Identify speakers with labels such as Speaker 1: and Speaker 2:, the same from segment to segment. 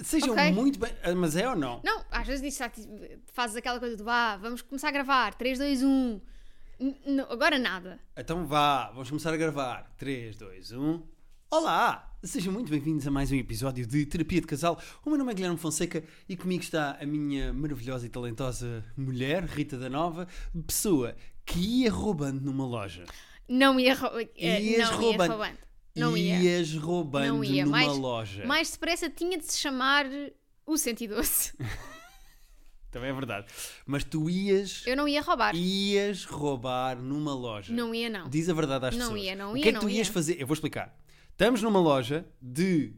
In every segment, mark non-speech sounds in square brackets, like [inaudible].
Speaker 1: Sejam
Speaker 2: Ok.
Speaker 1: muito bem. ah, Mas é ou não?
Speaker 2: Não, às vezes diz, tá, tipo, fazes aquela coisa do ah, vamos começar a gravar, 3, 2, 1. N- n- agora nada.
Speaker 1: Então vá, vamos começar a gravar. 3, 2, 1. Olá! Sejam muito bem-vindos a mais um episódio de Terapia de Casal. O meu nome é Guilherme Fonseca e comigo está a minha maravilhosa e talentosa mulher, Rita da Nova, pessoa que ia roubando numa loja.
Speaker 2: Não ia, rou- eh,
Speaker 1: Ias
Speaker 2: não
Speaker 1: roubando.
Speaker 2: ia roubando. Não ia.
Speaker 1: Ias roubando
Speaker 2: Não ia.
Speaker 1: numa
Speaker 2: Mais-
Speaker 1: loja.
Speaker 2: Mais depressa tinha de se chamar o
Speaker 1: [laughs]
Speaker 2: 112.
Speaker 1: Também é verdade. Mas tu ias,
Speaker 2: Eu não ia roubar.
Speaker 1: ias roubar numa loja.
Speaker 2: Não ia, não.
Speaker 1: Diz a verdade às
Speaker 2: Não
Speaker 1: pessoas.
Speaker 2: ia, não
Speaker 1: o que
Speaker 2: ia,
Speaker 1: é que
Speaker 2: não
Speaker 1: tu ias
Speaker 2: ia.
Speaker 1: fazer? Eu vou explicar. Estamos numa loja de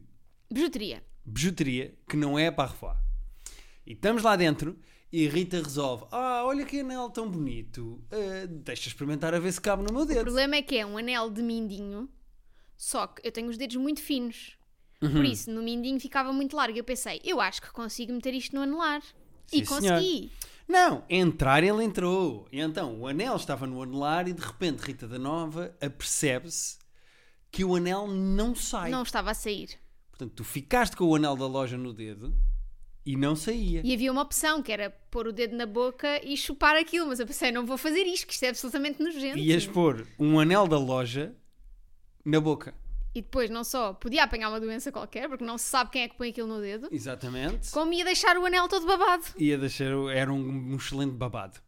Speaker 2: Bijuteria.
Speaker 1: bijuteria que não é a Parfois. E estamos lá dentro e a Rita resolve: Ah, olha que anel tão bonito. Ah, deixa experimentar a ver se cabe no meu
Speaker 2: O
Speaker 1: dedo.
Speaker 2: problema é que é um anel de mindinho, só que eu tenho os dedos muito finos.
Speaker 1: Uhum.
Speaker 2: Por isso, no mindinho ficava muito largo. Eu pensei, eu acho que consigo meter isto no anelar.
Speaker 1: Sim,
Speaker 2: e consegui.
Speaker 1: Não, entrar ele entrou. E então o anel estava no anelar e de repente Rita da Nova apercebe-se que o anel não sai.
Speaker 2: Não estava a sair.
Speaker 1: Portanto, tu ficaste com o anel da loja no dedo e não saía.
Speaker 2: E havia uma opção, que era pôr o dedo na boca e chupar aquilo. Mas eu pensei, não vou fazer isto, que isto é absolutamente nojento.
Speaker 1: Ias pôr um anel da loja na boca.
Speaker 2: E depois, não só podia apanhar uma doença qualquer, porque não se sabe quem é que põe aquilo no dedo,
Speaker 1: Exatamente.
Speaker 2: como ia deixar o anel todo babado.
Speaker 1: Ia deixar. o- Era um, um excelente babado.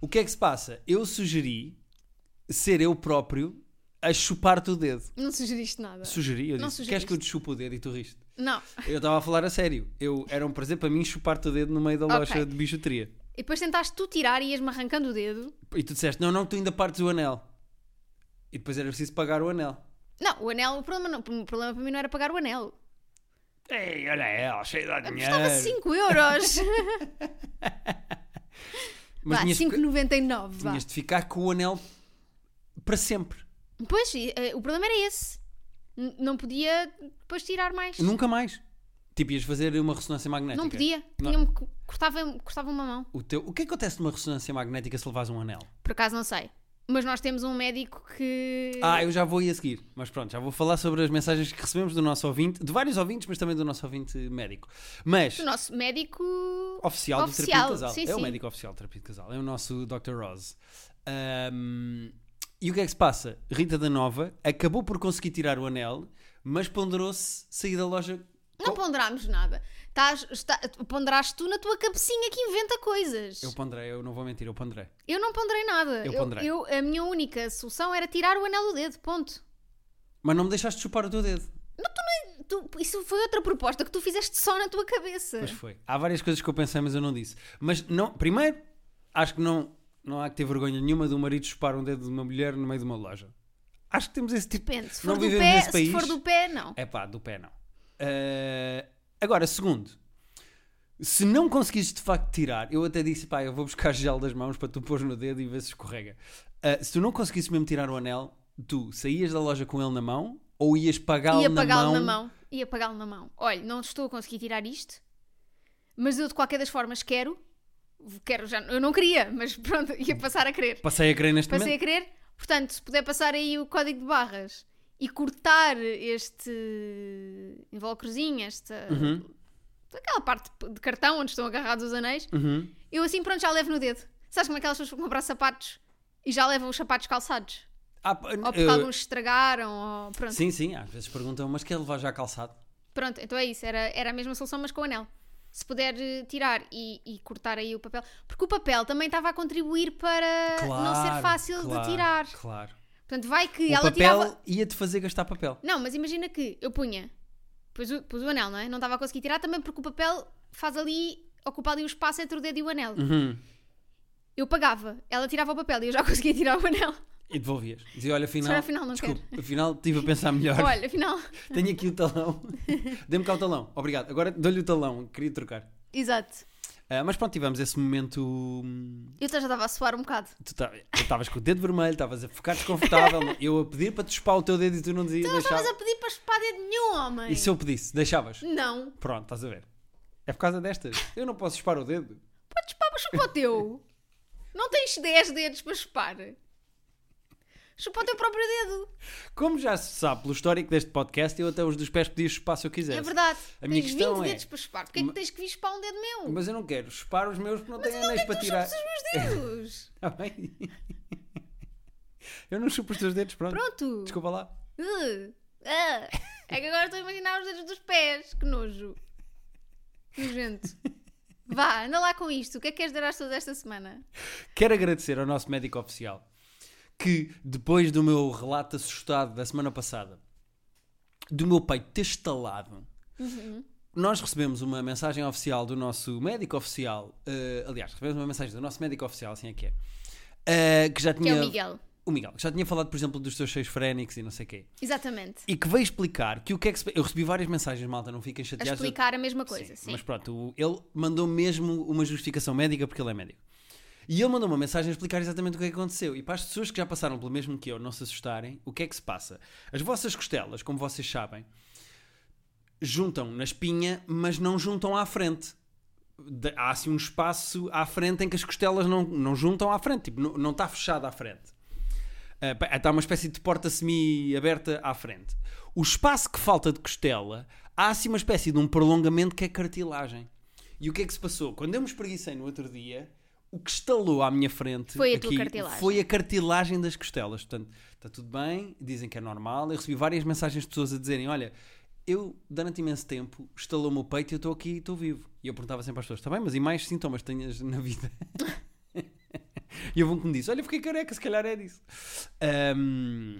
Speaker 1: O que é que se passa? Eu sugeri ser eu próprio a chupar-te o dedo.
Speaker 2: Não sugeriste nada.
Speaker 1: Sugeri, eu
Speaker 2: Não
Speaker 1: disse, queres que eu
Speaker 2: sugeriste.
Speaker 1: te chupe o dedo e tu riste?
Speaker 2: Não.
Speaker 1: Eu estava a falar a sério. Eu, era um prazer para mim chupar-te o dedo no meio da loja
Speaker 2: Ok.
Speaker 1: de bijuteria.
Speaker 2: E depois tentaste tu tirar e ias-me arrancando o dedo.
Speaker 1: E tu disseste, não, não, tu ainda partes o anel. E depois era preciso pagar o anel.
Speaker 2: Não, o anel, o problema, não, o problema para mim não era pagar o anel. É.
Speaker 1: Ei, anel, cheio de
Speaker 2: Custava
Speaker 1: [laughs]
Speaker 2: 5 euros.
Speaker 1: Mas
Speaker 2: vá,
Speaker 1: tinhas, de-
Speaker 2: 5,99. Vá.
Speaker 1: tinhas de ficar com o anel para sempre.
Speaker 2: Pois, e, eh, o problema era esse. N- não podia depois tirar mais.
Speaker 1: Nunca mais. Tipo, ias fazer uma ressonância magnética.
Speaker 2: Não podia.
Speaker 1: Não.
Speaker 2: Tinha-me co- cortava, cortava uma mão.
Speaker 1: O, teu, o que é que acontece numa ressonância magnética se levas um anel?
Speaker 2: Por acaso não sei. Mas nós temos um médico que.
Speaker 1: Ah, eu já vou ir a seguir. Mas pronto, já vou falar sobre as mensagens que recebemos do nosso ouvinte, de vários ouvintes, mas também do nosso ouvinte médico. Mas.
Speaker 2: O nosso médico.
Speaker 1: Oficial, do Terapia
Speaker 2: Oficial,
Speaker 1: de Casal.
Speaker 2: sim,
Speaker 1: é o
Speaker 2: sim.
Speaker 1: médico oficial do Terapia de Casal. É o nosso Dr. Rose. Ahm, e o que é que se passa? Rita da Nova acabou por conseguir tirar o anel, mas ponderou-se sair da loja.
Speaker 2: Não ponderámos nada. Estás, está, ponderaste tu na tua cabecinha que inventa coisas.
Speaker 1: Eu ponderei, eu não vou mentir, eu ponderei.
Speaker 2: Eu não ponderei nada.
Speaker 1: Eu ponderei.
Speaker 2: eu- a minha única solução era tirar o anel do dedo, ponto.
Speaker 1: Mas não me deixaste chupar o teu dedo.
Speaker 2: Tu- isso foi outra proposta que tu fizeste só na tua cabeça.
Speaker 1: Pois foi. Há várias coisas que eu pensei, mas eu não disse. Mas não, primeiro, acho que não, não há que ter vergonha nenhuma do marido chupar um dedo de uma mulher no meio de uma loja. Acho que temos esse tipo
Speaker 2: Depende, se
Speaker 1: Não
Speaker 2: for do
Speaker 1: vivemos
Speaker 2: pé,
Speaker 1: nesse
Speaker 2: se
Speaker 1: país.
Speaker 2: for do pé, não.
Speaker 1: É pá, do pé não. Eh, agora, segundo, se não conseguires de facto tirar, eu até disse, pá, eu vou buscar gel das mãos para tu pôr no dedo e ver se escorrega. Eh, se tu não conseguisses mesmo tirar o anel, tu saías da loja com ele na mão ou ias pagá-lo
Speaker 2: Ia
Speaker 1: na,
Speaker 2: pagá-lo na mão. Ia pagá-lo na mão. Olha, não estou a conseguir tirar isto, mas eu de qualquer das formas quero. Quero já. Eu não queria, mas pronto, ia passar a querer.
Speaker 1: Passei a crer neste
Speaker 2: Passei a
Speaker 1: momento.
Speaker 2: querer. Portanto, se puder passar aí o código de barras e cortar este invólucrozinho, esta. aquela parte de cartão onde estão agarrados os anéis,
Speaker 1: Uhum.
Speaker 2: eu assim pronto já levo no dedo. Sabes como aquelas pessoas que vão comprar sapatos e já levam os sapatos calçados?
Speaker 1: Ah, pá,
Speaker 2: Ou porque
Speaker 1: eh,
Speaker 2: alguns estragaram, ou pronto.
Speaker 1: Sim, sim, às vezes perguntam, mas quer levar já calçado?
Speaker 2: Pronto, então é isso, era, era a mesma solução, mas com o anel. Se puder eh, tirar e, e cortar aí o papel, porque o papel também estava a contribuir para Eh, não ser fácil
Speaker 1: claro,
Speaker 2: de tirar.
Speaker 1: Claro.
Speaker 2: Portanto, vai que
Speaker 1: O
Speaker 2: ela
Speaker 1: papel
Speaker 2: tirava.
Speaker 1: ia-te fazer gastar papel.
Speaker 2: Não, mas imagina que eu punha, pus o, pus o anel, não é? Não estava a conseguir tirar também porque o papel faz ali, ocupa ali o espaço entre o dedo e o anel.
Speaker 1: Uhum.
Speaker 2: Eu pagava, ela tirava o papel e eu já [laughs] conseguia tirar o anel.
Speaker 1: E devolvias. Dizia, olha, afinal.
Speaker 2: Senhora, afinal, não
Speaker 1: desculpe, afinal estive a pensar melhor.
Speaker 2: Olha, afinal.
Speaker 1: [laughs] Tenho aqui o talão. [laughs] Dê-me cá o talão. Obrigado. Agora dou-lhe o talão. Queria trocar.
Speaker 2: Exato.
Speaker 1: Ah, mas pronto, tivemos esse momento. hum,
Speaker 2: Eu até já estava a suar um bocado.
Speaker 1: Tu ta- tu estavas com o dedo vermelho, estavas a ficar
Speaker 2: [laughs]
Speaker 1: desconfortável. eu a pedir para te chupar o teu dedo e tu não dizias.
Speaker 2: Não estavas
Speaker 1: deixava.
Speaker 2: a pedir para chupar dedo nenhum, homem.
Speaker 1: E se eu pedisse? Deixavas?
Speaker 2: Não.
Speaker 1: Pronto, estás a ver. É por causa destas. Eu não posso chupar o dedo.
Speaker 2: Pode chupar, mas chupa o teu. Não tens 10 dedos para chupar. Chupa o teu próprio dedo.
Speaker 1: Como já se sabe pelo histórico deste podcast, eu até os dos pés podia chupar se eu quisesse.
Speaker 2: É verdade.
Speaker 1: A minha
Speaker 2: tens
Speaker 1: questão
Speaker 2: 20
Speaker 1: é-
Speaker 2: dedos para chupar. Porquê é que tens que vir chupar um dedo meu? é
Speaker 1: Mas eu não quero chupar os meus porque não tenho anéis para
Speaker 2: tu
Speaker 1: tirar.
Speaker 2: chupas os
Speaker 1: [laughs]
Speaker 2: meus dedos.
Speaker 1: Tá bem? Eu não chupo os teus dedos, pronto.
Speaker 2: Pronto.
Speaker 1: Desculpa lá.
Speaker 2: Uh, ah. É que agora estou a imaginar os dedos dos pés. Que nojo. Nojento. Vá, anda lá com isto. O que é que queres dar às pessoas esta semana?
Speaker 1: Quero agradecer ao nosso médico oficial que, depois do meu relato assustado da semana passada, do meu peito ter estalado,
Speaker 2: Uhum.
Speaker 1: nós recebemos uma mensagem oficial do nosso médico oficial. eh, aliás, recebemos uma mensagem do nosso médico oficial, assim é que é. eh, que já
Speaker 2: Que
Speaker 1: tinha.
Speaker 2: é o Miguel.
Speaker 1: o Miguel, que já tinha falado, por exemplo, dos teus cheios frénicos e não sei o quê.
Speaker 2: Exatamente.
Speaker 1: E que veio explicar que o que é que. se- Eu recebi várias mensagens, malta, não fiquem
Speaker 2: A
Speaker 1: chateados. eu-
Speaker 2: explicar a mesma coisa, sim.
Speaker 1: Mas pronto, o- ele mandou mesmo uma justificação médica porque ele é médico. E ele mandou uma mensagem a explicar exatamente o que é que aconteceu. E para as pessoas que já passaram pelo mesmo que eu não se assustarem, o que é que se passa? As vossas costelas, como vocês sabem, juntam na espinha, mas não juntam à frente. De- há assim um espaço à frente em que as costelas não, não juntam à frente, tipo, não- não está fechado à frente. Ah, pá, Está uma espécie de porta semi-aberta à frente. O espaço que falta de costela, há assim uma espécie de um prolongamento que é cartilagem. E o que é que se passou? Quando eu me espreguicei no outro dia, o que estalou à minha frente
Speaker 2: Foi a tua
Speaker 1: aqui,
Speaker 2: cartilagem.
Speaker 1: foi a cartilagem das costelas. Portanto, está tudo bem, dizem que é normal. Eu recebi várias mensagens de pessoas a dizerem: Olha, eu durante imenso tempo estalou o meu peito e eu estou aqui e estou vivo. E eu perguntava sempre às pessoas: Está bem, mas e mais sintomas tenhas na vida? [laughs] E houve um que me disse: Olha, fiquei careca, se calhar é disso. Ahm,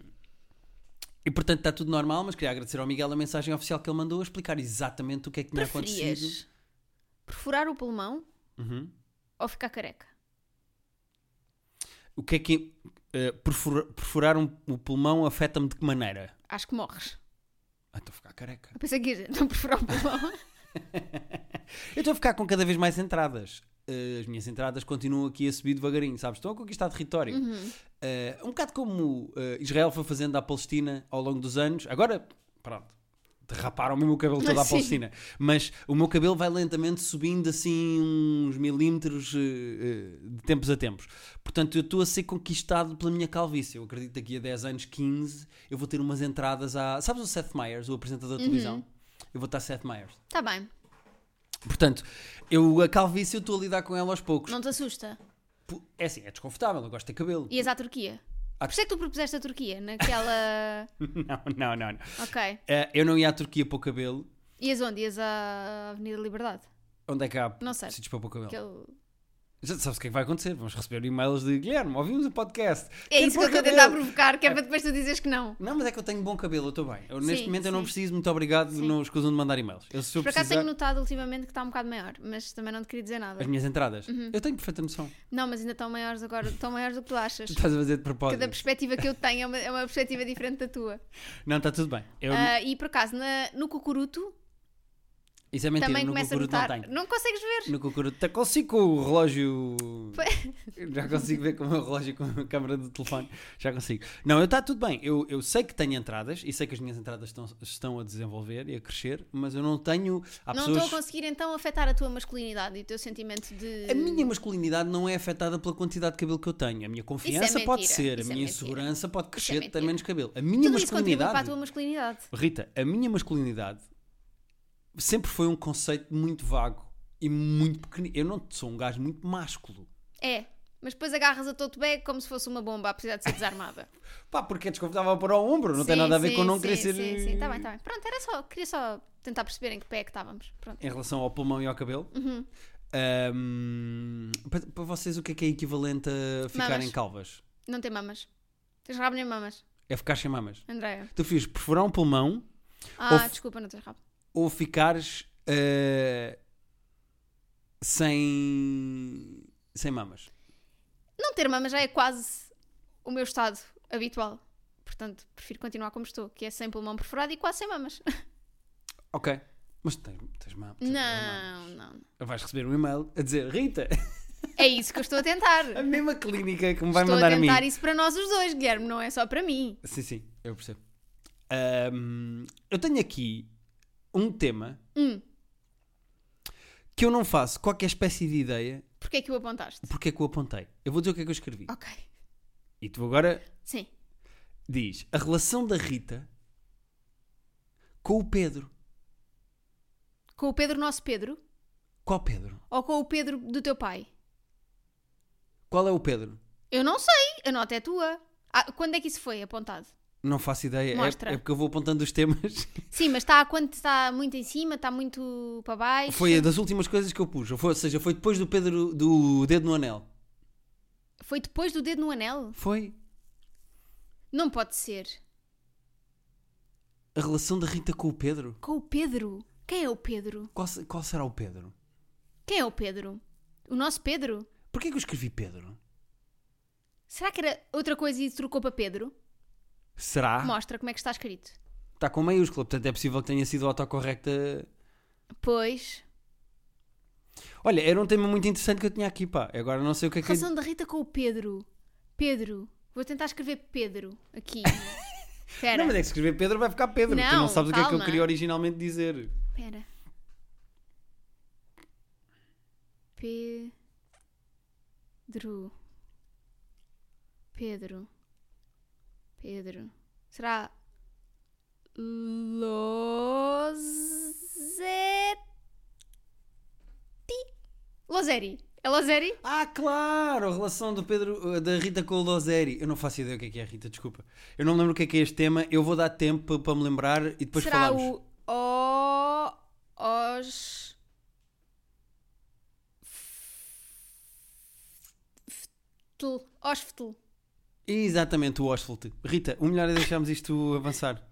Speaker 1: e portanto está tudo normal, mas queria agradecer ao Miguel a mensagem oficial que ele mandou a explicar exatamente o que é que tinha acontecido.
Speaker 2: Preferias perfurar o pulmão
Speaker 1: Uhum.
Speaker 2: ou ficar careca?
Speaker 1: O que é que. eh, perfura- perfurar um- o pulmão afeta-me de que maneira?
Speaker 2: Acho que morres.
Speaker 1: Ah, estou a ficar careca.
Speaker 2: Eu pensei que ia [laughs] não perfurar o pulmão.
Speaker 1: Eu estou a ficar com cada vez mais entradas. Eh, as minhas entradas continuam aqui a subir devagarinho, sabes? Estão a conquistar território.
Speaker 2: Uhum.
Speaker 1: Eh, um bocado como eh, Israel foi fazendo à Palestina ao longo dos anos. Agora, pronto, derraparam-me o meu cabelo todo à
Speaker 2: Sim.
Speaker 1: Palestina. Mas o meu cabelo vai lentamente subindo assim uns milímetros eh, eh, de tempos a tempos. Portanto, eu estou a ser conquistado pela minha calvície. Eu acredito que daqui a 10 anos, 15, eu vou ter umas entradas à... Sabes o Seth Meyers, o apresentador de
Speaker 2: Uhum.
Speaker 1: televisão? Eu vou estar Seth Meyers.
Speaker 2: Tá bem.
Speaker 1: Portanto, eu, a calvície eu estou a lidar com ela aos poucos.
Speaker 2: Não te assusta.
Speaker 1: Pu- É assim, é desconfortável, eu gosto de ter cabelo.
Speaker 2: Ias à Turquia.
Speaker 1: À-
Speaker 2: Por isso é que tu propuseste a Turquia, naquela.
Speaker 1: [laughs] [laughs] Não, não, não. não.
Speaker 2: ok.
Speaker 1: Eh, eu não ia à Turquia para o cabelo.
Speaker 2: Ias onde? Ias à Avenida Liberdade.
Speaker 1: Onde é que há
Speaker 2: Não sei.
Speaker 1: sítios para pôr cabelo?
Speaker 2: Aquele...
Speaker 1: Já sabes o que é que vai acontecer? Vamos receber e-mails de Guilherme, ouvimos o podcast.
Speaker 2: É
Speaker 1: Quero
Speaker 2: isso que eu
Speaker 1: pôr
Speaker 2: estou a
Speaker 1: cabelo."
Speaker 2: tentar provocar, que
Speaker 1: Ah.
Speaker 2: é para depois tu dizes que não.
Speaker 1: Não, mas é que eu tenho bom cabelo, eu estou bem. Eu, neste
Speaker 2: Sim,
Speaker 1: momento eu não
Speaker 2: sim.
Speaker 1: preciso, muito obrigado,
Speaker 2: Sim.
Speaker 1: não escusam de mandar e-mails. Eu, se eu
Speaker 2: Por acaso
Speaker 1: precisar,
Speaker 2: tenho notado ultimamente que está um bocado maior, mas também não te queria dizer nada.
Speaker 1: as minhas entradas.
Speaker 2: Uhum.
Speaker 1: Eu tenho perfeita noção.
Speaker 2: Não, mas ainda estão maiores agora, estão maiores do que tu achas.
Speaker 1: Tu estás a fazer de propósito.
Speaker 2: Cada perspectiva que eu tenho é uma, é uma perspectiva diferente da tua.
Speaker 1: Não, está tudo bem. Eu-
Speaker 2: Ah, e por acaso, na- no cucuruto
Speaker 1: Isso é mentira,
Speaker 2: também
Speaker 1: no
Speaker 2: começa a
Speaker 1: cucuruto não
Speaker 2: notar.
Speaker 1: tenho.
Speaker 2: consegues ver.
Speaker 1: No Cucuruto. Até consigo com o relógio. Já consigo ver com o meu relógio e com a câmera do telefone. Já consigo. Não, está tudo bem. Eu, eu sei que tenho entradas e sei que as minhas entradas estão, estão a desenvolver e a crescer, mas eu não tenho. Há
Speaker 2: não
Speaker 1: pessoas.
Speaker 2: estou a conseguir então afetar a tua masculinidade e o teu sentimento de.
Speaker 1: A minha masculinidade não é afetada pela quantidade de cabelo que eu tenho. A minha confiança
Speaker 2: é mentira.
Speaker 1: pode ser, a
Speaker 2: Isso é
Speaker 1: minha
Speaker 2: mentira.
Speaker 1: insegurança pode crescer, ter
Speaker 2: mentira.
Speaker 1: menos cabelo. A minha
Speaker 2: Tudo isso contribui para a
Speaker 1: masculinidade.
Speaker 2: tua masculinidade.
Speaker 1: Rita, a minha masculinidade sempre foi um conceito muito vago e muito pequenino. Eu não sou um gajo muito másculo.
Speaker 2: É. Mas depois agarras a todo bag como se fosse uma bomba, apesar de ser desarmada.
Speaker 1: Pá, porque é desconfortável para o ombro, [laughs] não tem
Speaker 2: Sim,
Speaker 1: nada a ver
Speaker 2: sim,
Speaker 1: com não
Speaker 2: sim,
Speaker 1: querer ser.
Speaker 2: Sim, sim, tá bem, tá bem. Pronto, era só, queria só tentar perceber em que pé é que estávamos. Pronto.
Speaker 1: Em relação ao pulmão e ao cabelo.
Speaker 2: Uhum.
Speaker 1: Ahm, para, para vocês, o que é que é equivalente a ficarem
Speaker 2: Mamas.
Speaker 1: calvas?
Speaker 2: Não tem mamas. Tens rabo nem mamas,
Speaker 1: É ficar sem mamas.
Speaker 2: Andréia.
Speaker 1: Tu fiz perfurar um pulmão
Speaker 2: Ah,
Speaker 1: Of-
Speaker 2: desculpa, não tens rabo.
Speaker 1: ou ficares ah, sem. sem mamas.
Speaker 2: Não ter mamas já é quase o meu estado habitual. Portanto, prefiro continuar como estou, que é sem pulmão perfurado e quase sem mamas.
Speaker 1: Ok. Mas tens, tens mamas.
Speaker 2: Não, não.
Speaker 1: Vais receber um e-mail a dizer: Rita,
Speaker 2: É isso que eu estou a tentar.
Speaker 1: [laughs] a mesma clínica que me vai
Speaker 2: estou
Speaker 1: mandar
Speaker 2: a
Speaker 1: a mim.
Speaker 2: tentar isso para nós os dois, Guilherme, não é só para mim.
Speaker 1: Sim, sim, eu percebo. Ahm, eu tenho aqui um tema
Speaker 2: Hum.
Speaker 1: que eu não faço qualquer espécie de ideia
Speaker 2: Porquê é que o apontaste? Ah.
Speaker 1: porque é que o apontei. Eu vou dizer o que é que eu escrevi.
Speaker 2: Ok.
Speaker 1: E tu agora
Speaker 2: Sim.
Speaker 1: diz a relação da Rita com o Pedro.
Speaker 2: Com o Pedro, nosso Pedro?
Speaker 1: Qual Pedro?
Speaker 2: Ou com o Pedro do teu pai?
Speaker 1: Qual é o Pedro?
Speaker 2: Eu não sei, a nota é tua. Ah, quando é que isso foi apontado?
Speaker 1: Não faço ideia. É-
Speaker 2: Mostra.
Speaker 1: É, porque eu vou apontando os temas.
Speaker 2: Sim, mas está quando está muito em cima, está muito para baixo.
Speaker 1: [laughs] Foi a das últimas coisas que eu pus. Ou foi- ou seja, foi depois do Pedro do Dedo no Anel.
Speaker 2: Foi depois do dedo no anel?
Speaker 1: Foi
Speaker 2: Não pode ser.
Speaker 1: a relação da Rita com o Pedro.
Speaker 2: Com o Pedro? Quem é o Pedro?
Speaker 1: Qual, se- qual será o Pedro?
Speaker 2: Quem é o Pedro? O nosso Pedro?
Speaker 1: Porquê que eu escrevi Pedro?
Speaker 2: Será que era outra coisa e trocou para Pedro?
Speaker 1: Será?
Speaker 2: Mostra como é que está escrito.
Speaker 1: Está com maiúscula, portanto é possível que tenha sido autocorrecta.
Speaker 2: Pois.
Speaker 1: Olha, era um tema muito interessante que eu tinha aqui, pá. Agora não sei o que é que.
Speaker 2: Relação um da Rita com o Pedro. Pedro. Vou tentar escrever Pedro
Speaker 1: [laughs]
Speaker 2: aqui. Espera.
Speaker 1: Não, mas é que se escrever Pedro vai ficar Pedro. tu não
Speaker 2: Não,
Speaker 1: sabes o que é que eu
Speaker 2: calma.
Speaker 1: queria originalmente dizer.
Speaker 2: Espera. Pedro. Pedro. Pedro. Será Losetti? Loseri. É Loseri?
Speaker 1: Ah, claro! A relação do Pedro, eh, da Rita com o Lozeri. Eu não faço ideia o que é que é, Rita, desculpa. Eu não me lembro o que é que é este tema. Eu vou dar tempo para me lembrar e depois
Speaker 2: Será
Speaker 1: falamos.
Speaker 2: o O Os Fetl. Osfetl.
Speaker 1: Exatamente, o Oswald. Rita, o melhor é deixarmos isto avançar.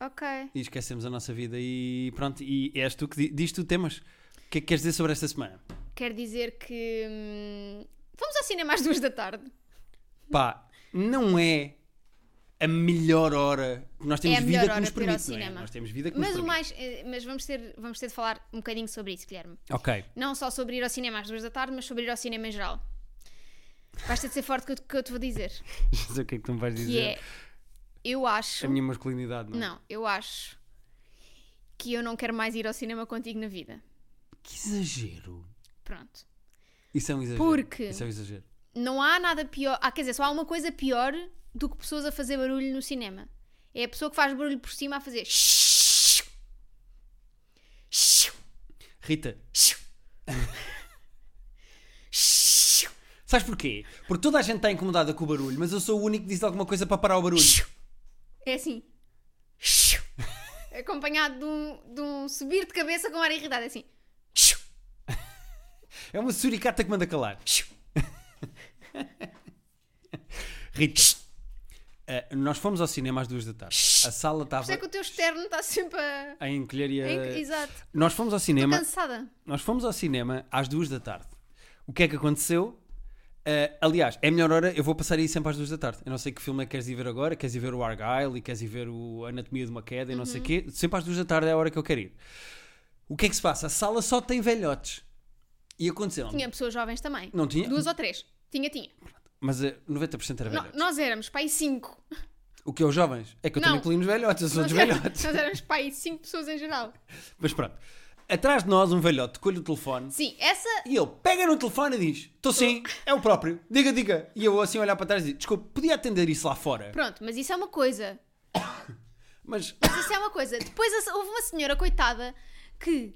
Speaker 2: Ok.
Speaker 1: E esquecemos a nossa vida e pronto. E és tu que di- diz tu temas. O que é que queres dizer sobre esta semana?
Speaker 2: Quer dizer que. hum, vamos ao cinema às duas da tarde.
Speaker 1: Pá, não é a melhor hora. Nós temos
Speaker 2: É a melhor
Speaker 1: vida que
Speaker 2: hora
Speaker 1: nos
Speaker 2: para ir ao
Speaker 1: permite, não é?
Speaker 2: cinema.
Speaker 1: Nós temos vida que
Speaker 2: Mas,
Speaker 1: nos
Speaker 2: o
Speaker 1: permite.
Speaker 2: mais, eh, mas vamos, ter, vamos ter de falar um bocadinho sobre isso, Guilherme.
Speaker 1: Ok.
Speaker 2: Não só sobre ir ao cinema às duas da tarde, mas sobre ir ao cinema em geral. Vais ter de ser forte que eu, que eu te vou dizer.
Speaker 1: Já sei o que é que tu me vais dizer.
Speaker 2: Que é. Eu acho.
Speaker 1: A minha masculinidade, não é?
Speaker 2: Não, eu acho que eu não quero mais ir ao cinema contigo na vida.
Speaker 1: Que exagero.
Speaker 2: Pronto.
Speaker 1: Isso é um exagero.
Speaker 2: Porque-
Speaker 1: Isso é um exagero.
Speaker 2: Não há nada pior. Ah, quer dizer, só há uma coisa pior do que pessoas a fazer barulho no cinema. É a pessoa que faz barulho por cima a fazer. [laughs]
Speaker 1: Rita, sabes porquê? Porque toda a gente está incomodada com o barulho, mas eu sou o único que diz alguma coisa para parar o barulho.
Speaker 2: É assim. Acompanhado de um, de um subir de cabeça com ar irritado. É assim.
Speaker 1: É uma suricata que manda calar. Rita, eh, nós fomos ao cinema às duas da tarde. A sala estava
Speaker 2: Por isso é que É o teu externo está sempre a.
Speaker 1: a encolher e
Speaker 2: em-
Speaker 1: a...
Speaker 2: Exato.
Speaker 1: Nós fomos ao cinema
Speaker 2: Cansada.
Speaker 1: Nós fomos ao cinema às duas da tarde. O que é que aconteceu? Ah, aliás, é a melhor hora, eu vou passar aí sempre às duas da tarde. Eu não sei que filme é que queres ir ver agora, queres ir ver o Argyle e queres ir ver o Anatomia de uma Queda e não sei o
Speaker 2: Uhum.
Speaker 1: quê. Sempre às duas da tarde é a hora que eu quero ir. O que é que se passa? A sala só tem velhotes. E aconteceu.
Speaker 2: Tinha pessoas jovens também.
Speaker 1: Não tinha,
Speaker 2: Duas ou três. Tinha, tinha.
Speaker 1: mas ah, 90% era
Speaker 2: No-
Speaker 1: velhotes.
Speaker 2: nós éramos pai cinco.
Speaker 1: O que é os jovens? É que eu
Speaker 2: Não. é-
Speaker 1: também colhi nos velhotes, eu sou
Speaker 2: Nós
Speaker 1: dos
Speaker 2: éramos-
Speaker 1: velhotes.
Speaker 2: Nós éramos pai cinco pessoas em geral.
Speaker 1: Mas pronto. Atrás de nós, um velhote colhe o telefone
Speaker 2: Sim, essa.
Speaker 1: E ele pega no telefone e diz: Estou sim, é o próprio, diga, diga. E eu assim olhar para trás e digo: Desculpe, podia atender isso lá fora.
Speaker 2: Pronto, mas isso é uma coisa.
Speaker 1: Mas
Speaker 2: Mas isso é uma coisa. Depois a se- houve uma senhora, coitada, que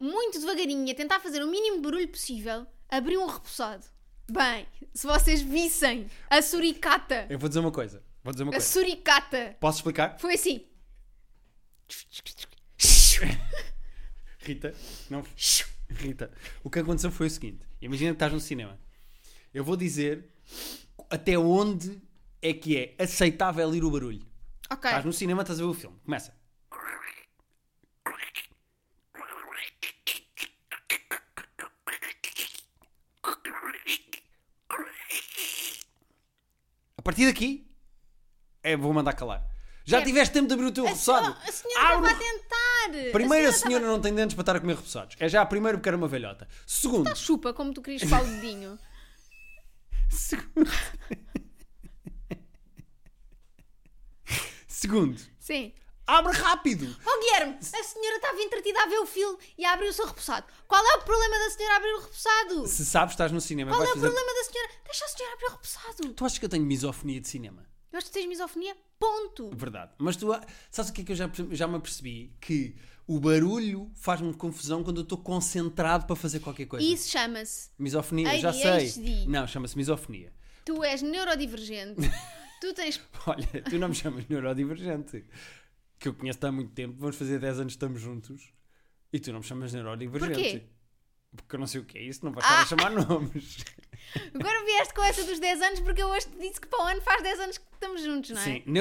Speaker 2: muito devagarinho, a tentar fazer o mínimo barulho possível, abriu um repousado. Bem, se vocês vissem a suricata,
Speaker 1: eu vou dizer uma coisa: vou dizer uma
Speaker 2: a
Speaker 1: coisa.
Speaker 2: suricata,
Speaker 1: Posso explicar? [laughs]
Speaker 2: foi assim.
Speaker 1: Rita, não. Rita, o que aconteceu foi o seguinte: imagina que estás no cinema. Eu vou dizer até onde é que é aceitável ir o barulho.
Speaker 2: Ok.
Speaker 1: Estás no cinema, estás a ver o filme. Começa. A partir daqui, é, vou mandar calar. Já
Speaker 2: É.
Speaker 1: tiveste tempo de abrir o teu
Speaker 2: A senhora,
Speaker 1: repousado?
Speaker 2: a senhora
Speaker 1: Abre-
Speaker 2: estava a tentar.
Speaker 1: Primeiro, a senhora,
Speaker 2: estava-
Speaker 1: não tem dentes para estar a comer repousados. É já a primeira porque era uma velhota. Segundo,
Speaker 2: Chupa, como tu querias falar o dedinho. [laughs]
Speaker 1: segundo. segundo,
Speaker 2: Sim.
Speaker 1: abre rápido.
Speaker 2: Oh Guilherme, a senhora estava entretida a ver o filme e a abrir o seu repousado. Qual é o problema da senhora abrir o repousado?
Speaker 1: Se sabes, estás no cinema.
Speaker 2: Qual
Speaker 1: vais
Speaker 2: é o
Speaker 1: fazer...
Speaker 2: problema da senhora? Deixa a senhora abrir o repousado.
Speaker 1: Tu achas que eu tenho misofonia de cinema?
Speaker 2: Eu acho que tens misofonia, ponto.
Speaker 1: Verdade. Mas tu, a- sabes o que é que eu já, perce- já me apercebi? Que o barulho faz-me confusão quando eu estou concentrado para fazer qualquer coisa.
Speaker 2: Isso chama-se
Speaker 1: Misofonia, já
Speaker 2: ADHD.
Speaker 1: sei. Não, chama-se misofonia. [laughs]
Speaker 2: tu és neurodivergente, tu tens.
Speaker 1: Olha, tu não me chamas de neurodivergente. Que eu conheço-te há muito tempo, vamos fazer 10 anos que estamos juntos. E tu não me chamas de neurodivergente.
Speaker 2: Porquê? Ah!
Speaker 1: Porque eu não sei o que é isso, não vais estar a chamar nomes.
Speaker 2: Agora vieste com essa dos 10 anos porque eu hoje te disse que para o ano faz 10 anos que estamos juntos, [laughs] não é?
Speaker 1: Sim,
Speaker 2: Mas é só para o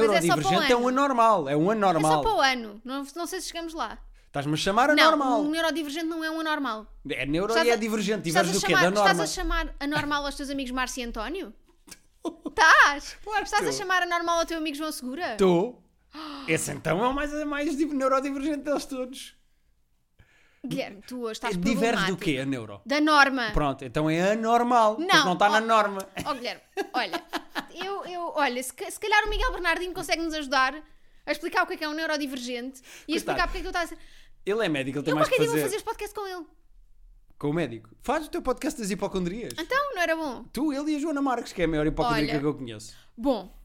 Speaker 1: neurodivergente é, um
Speaker 2: ano.
Speaker 1: anormal. É um
Speaker 2: É só para
Speaker 1: anormal. É
Speaker 2: o ano, não, não sei se chegamos lá.
Speaker 1: Estás-me a chamar
Speaker 2: não,
Speaker 1: anormal.
Speaker 2: um neurodivergente não é um anormal.
Speaker 1: É neuro
Speaker 2: Estás
Speaker 1: e
Speaker 2: a-
Speaker 1: é divergente.
Speaker 2: Estás
Speaker 1: Diverge
Speaker 2: a,
Speaker 1: do quê?
Speaker 2: chamar,
Speaker 1: Da norma.
Speaker 2: estás a chamar anormal aos teus amigos Márcio
Speaker 1: [laughs]
Speaker 2: e António? Estás?
Speaker 1: Claro que
Speaker 2: estás a
Speaker 1: estou.
Speaker 2: chamar anormal ao teu amigo João Segura?
Speaker 1: Estou. Esse então é o mais, mais div- neurodivergente deles todos. É,
Speaker 2: Guilherme, tu hoje estás
Speaker 1: Diverge do
Speaker 2: problemático.
Speaker 1: quê? A neuro.
Speaker 2: Da norma.
Speaker 1: Pronto, então é anormal. porque
Speaker 2: Não,
Speaker 1: não está na
Speaker 2: ó-
Speaker 1: norma.
Speaker 2: Oh, Guilherme, olha, eu, eu, olha se, ca- se calhar o Miguel Bernardino consegue nos ajudar a explicar o que é que é um neurodivergente e a
Speaker 1: Coitado.
Speaker 2: explicar porque é que tu estás a ser.
Speaker 1: Ele é médico, ele tem
Speaker 2: Eu
Speaker 1: mais
Speaker 2: qualquer
Speaker 1: que
Speaker 2: dia vou
Speaker 1: fazer.
Speaker 2: fazer os podcasts com ele.
Speaker 1: Com o médico. Faz o teu podcast das hipocondrias.
Speaker 2: Então, não era bom?
Speaker 1: Tu, ele e a Joana Marques, que é a maior hipocondríaca
Speaker 2: Olha.
Speaker 1: que eu conheço.
Speaker 2: Bom,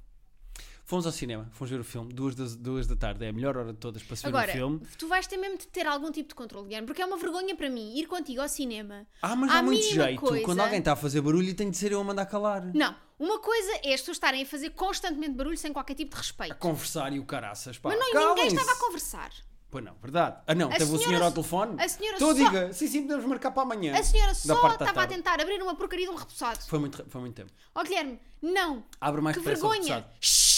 Speaker 1: Fomos ao cinema, fomos ver o filme, duas, das, duas da tarde. É a melhor hora de todas para se ver
Speaker 2: agora,
Speaker 1: um filme.
Speaker 2: tu vais ter mesmo de ter algum tipo de controle, Guilherme, porque é uma vergonha para mim ir contigo ao cinema.
Speaker 1: Ah, mas
Speaker 2: à
Speaker 1: dá muito
Speaker 2: mínima
Speaker 1: jeito.
Speaker 2: coisa-
Speaker 1: Quando alguém tá- está a fazer barulho, tem de ser eu a mandar calar.
Speaker 2: Não, uma coisa é as pessoas estarem a fazer constantemente barulho sem qualquer tipo de respeito.
Speaker 1: A conversar e o caraças. Pá,
Speaker 2: Mas não, ninguém
Speaker 1: calem-se.
Speaker 2: estava a conversar.
Speaker 1: Pois não, verdade. Ah, não, teve o
Speaker 2: senhora
Speaker 1: senhor ao
Speaker 2: só-
Speaker 1: telefone.
Speaker 2: a senhora
Speaker 1: Então
Speaker 2: só-
Speaker 1: diga, sim, sim, podemos marcar para amanhã.
Speaker 2: A senhora
Speaker 1: Da
Speaker 2: só
Speaker 1: parte da
Speaker 2: estava a
Speaker 1: tarde.
Speaker 2: tentar abrir uma porcaria de um repousado.
Speaker 1: Foi muito, ra- foi muito tempo.
Speaker 2: Ó Guilherme, não.
Speaker 1: Abre mais
Speaker 2: que
Speaker 1: depressa o
Speaker 2: vergonha.
Speaker 1: repousado.
Speaker 2: Shhh.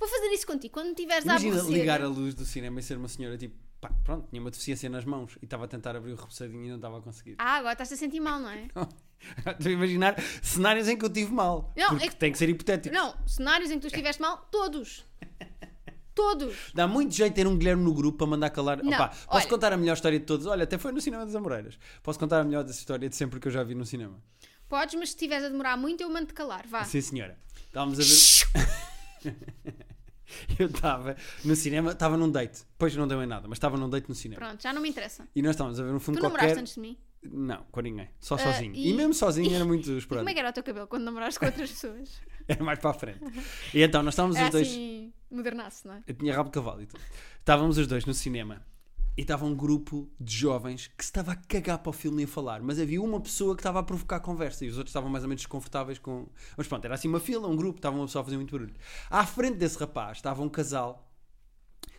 Speaker 2: Vou fazer isso contigo quando me tiveres a
Speaker 1: Imagina
Speaker 2: aborrecer.
Speaker 1: ligar a luz do cinema e ser uma senhora tipo, pá, pronto, tinha uma deficiência nas mãos e estava a tentar abrir o repousadinho e não estava a conseguir. [laughs]
Speaker 2: Ah, agora estás-te a sentir mal, não é?
Speaker 1: Estou a imaginar cenários em que eu tive mal.
Speaker 2: Não,
Speaker 1: porque
Speaker 2: é que-
Speaker 1: tem que ser hipotético.
Speaker 2: Não, cenários em que tu estiveste mal, todos. Todos.
Speaker 1: Dá muito jeito ter um Guilherme no grupo para mandar calar.
Speaker 2: Não,
Speaker 1: Opá, posso
Speaker 2: olha-
Speaker 1: contar a melhor história de todos? Olha, até foi no cinema das Amoreiras. Posso contar a melhor dessa história de sempre que eu já vi no cinema.
Speaker 2: Podes, mas se estiveres a demorar muito, eu mando-te calar. Vá.
Speaker 1: Sim, senhora. Estávamos a ver. [laughs] eu estava no cinema, estava num date. Pois não deu em nada, mas estava num date no cinema.
Speaker 2: Pronto, já não me interessa.
Speaker 1: E nós estávamos a ver um filme
Speaker 2: Tu namoraste
Speaker 1: qualquer.
Speaker 2: antes de mim?
Speaker 1: Não, com ninguém. Só
Speaker 2: Ah,
Speaker 1: sozinho. E...
Speaker 2: e-
Speaker 1: mesmo sozinho era muito
Speaker 2: [laughs] E
Speaker 1: esperado.
Speaker 2: como é que era o teu cabelo quando namoraste com outras pessoas?
Speaker 1: Era mais para a frente. E então nós estávamos [laughs]
Speaker 2: Era
Speaker 1: os dois.
Speaker 2: assim, modernaço, não é?
Speaker 1: Eu tinha rabo de cavalo e tudo. Estávamos os dois no cinema e estava um grupo de jovens que se estava a cagar para o filme e a falar, mas havia uma pessoa que estava a provocar a conversa e os outros estavam mais ou menos desconfortáveis com. Mas pronto, era assim uma fila, um grupo, estava uma pessoa a fazer muito barulho. À frente desse rapaz estava um casal,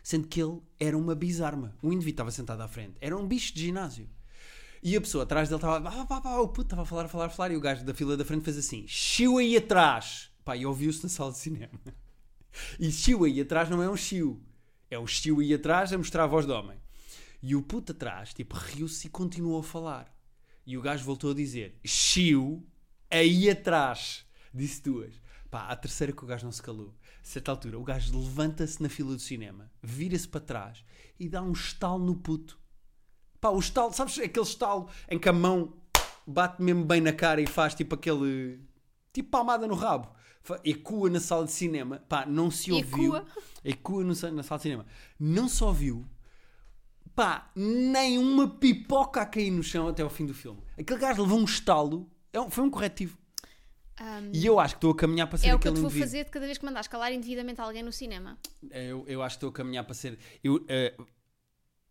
Speaker 1: sendo que ele era uma bisarma. O indivíduo estava sentado à frente, era um bicho de ginásio. E a pessoa atrás dele estava. pá, pá, pá, pá, O puto estava a falar, a falar, a falar. E o gajo da fila da frente fez assim: chiu aí atrás. Pá, e ouviu-se na sala de cinema. E chiu aí atrás não é um chiu. É um chiu aí atrás a mostrar a voz de homem. E o puto atrás, tipo, riu-se e continuou a falar. E o gajo voltou a dizer: chiu aí atrás. Disse duas. Pá, a terceira que o gajo não se calou. A certa altura, o gajo levanta-se na fila do cinema, vira-se para trás e dá um estalo no puto. Pá, o estalo, sabes aquele estalo em que a mão bate mesmo bem na cara e faz tipo aquele. tipo palmada no rabo. Fa- Ecua na sala de cinema. Pá, não se ouviu.
Speaker 2: Ecua?
Speaker 1: Ecua no sa- na sala de cinema. Não se ouviu. Pá, nenhuma pipoca a cair no chão até ao fim do filme. Aquele gajo levou um estalo. É um- foi um corretivo.
Speaker 2: Ahm,
Speaker 1: E eu acho que estou a caminhar para ser
Speaker 2: é o que eu
Speaker 1: aquele
Speaker 2: te vou
Speaker 1: indivíduo. É,
Speaker 2: fazer de cada vez que mandares calar indevidamente alguém no cinema.
Speaker 1: Eu, eu acho que estou a caminhar para ser. Eu, eh,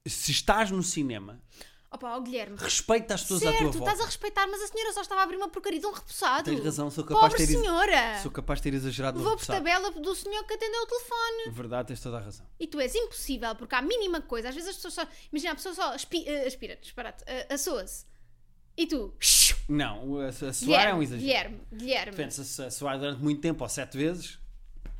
Speaker 1: se estás no cinema,
Speaker 2: Opa, ó Guilherme.
Speaker 1: respeita as pessoas à tua
Speaker 2: Certo,
Speaker 1: volta.
Speaker 2: estás a respeitar, mas a senhora só estava a abrir uma porcaria de um repousado.
Speaker 1: Tens razão, sou capaz
Speaker 2: Pobre
Speaker 1: de ter ex-
Speaker 2: senhora!
Speaker 1: Sou capaz de ter exagerado no
Speaker 2: Levou por
Speaker 1: repousado.
Speaker 2: tabela do senhor que atendeu o telefone.
Speaker 1: Verdade, tens toda a razão.
Speaker 2: E tu és impossível, porque há a mínima coisa. Às vezes as pessoas só. Imagina, a pessoa só aspi... eh, aspira, disparate, eh, assoa-se. E tu.
Speaker 1: Não, a, a suar é um
Speaker 2: Guilherme,
Speaker 1: exagero.
Speaker 2: Guilherme, Guilherme.
Speaker 1: Pensa se a suar durante muito tempo ou sete vezes.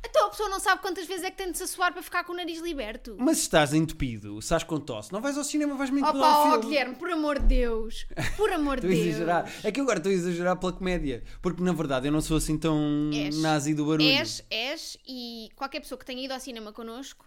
Speaker 2: Então a pessoa não sabe quantas vezes é que tem de se assoar para ficar com o nariz liberto.
Speaker 1: Mas se estás entupido, se estás com tosse, não vais ao cinema, vais-me incomodar
Speaker 2: Opa,
Speaker 1: o
Speaker 2: ó
Speaker 1: filme.
Speaker 2: Guilherme, por amor de Deus.
Speaker 1: [laughs]
Speaker 2: Por amor de
Speaker 1: Estou a
Speaker 2: Deus.
Speaker 1: exagerar. É que eu agora estou a exagerar pela comédia. Porque na verdade eu não sou assim tão
Speaker 2: És.
Speaker 1: nazi do barulho.
Speaker 2: És, és, e qualquer pessoa que tenha ido ao cinema connosco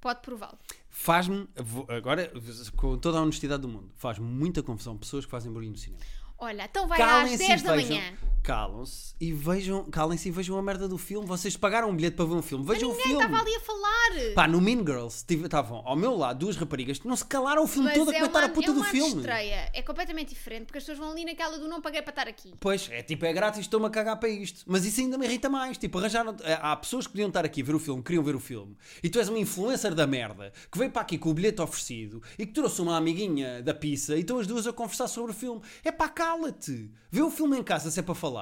Speaker 2: pode prová-lo.
Speaker 1: Faz-me, vou- agora com toda a honestidade do mundo, faz-me muita confusão pessoas que fazem barulho no cinema.
Speaker 2: Olha, então vai às
Speaker 1: Calem-se e
Speaker 2: 10 da
Speaker 1: assim, vejam.
Speaker 2: manhã.
Speaker 1: calam-se e vejam, calem-se e vejam a merda do filme. Vocês pagaram um bilhete para ver um filme, vejam o
Speaker 2: Ninguém
Speaker 1: filme.
Speaker 2: estava ali a falar.
Speaker 1: Pá, no Mean Girls tive- estavam ao meu lado duas raparigas que não se calaram o filme todo a comentar a puta
Speaker 2: é
Speaker 1: do
Speaker 2: uma
Speaker 1: filme.
Speaker 2: estreia. É completamente diferente, porque as pessoas vão ali naquela do não paguei para estar aqui.
Speaker 1: Pois, é tipo, é grátis, estou-me a cagar para isto. Mas isso ainda me irrita mais. Tipo, arranjaram. é, Há pessoas que podiam estar aqui a ver o filme, queriam ver o filme. E tu és um influencer da merda que veio para aqui com o bilhete oferecido e que trouxe uma amiguinha da pizza e estão as duas a conversar sobre o filme. É pá, cala-te. Vê o filme em casa se é para falar.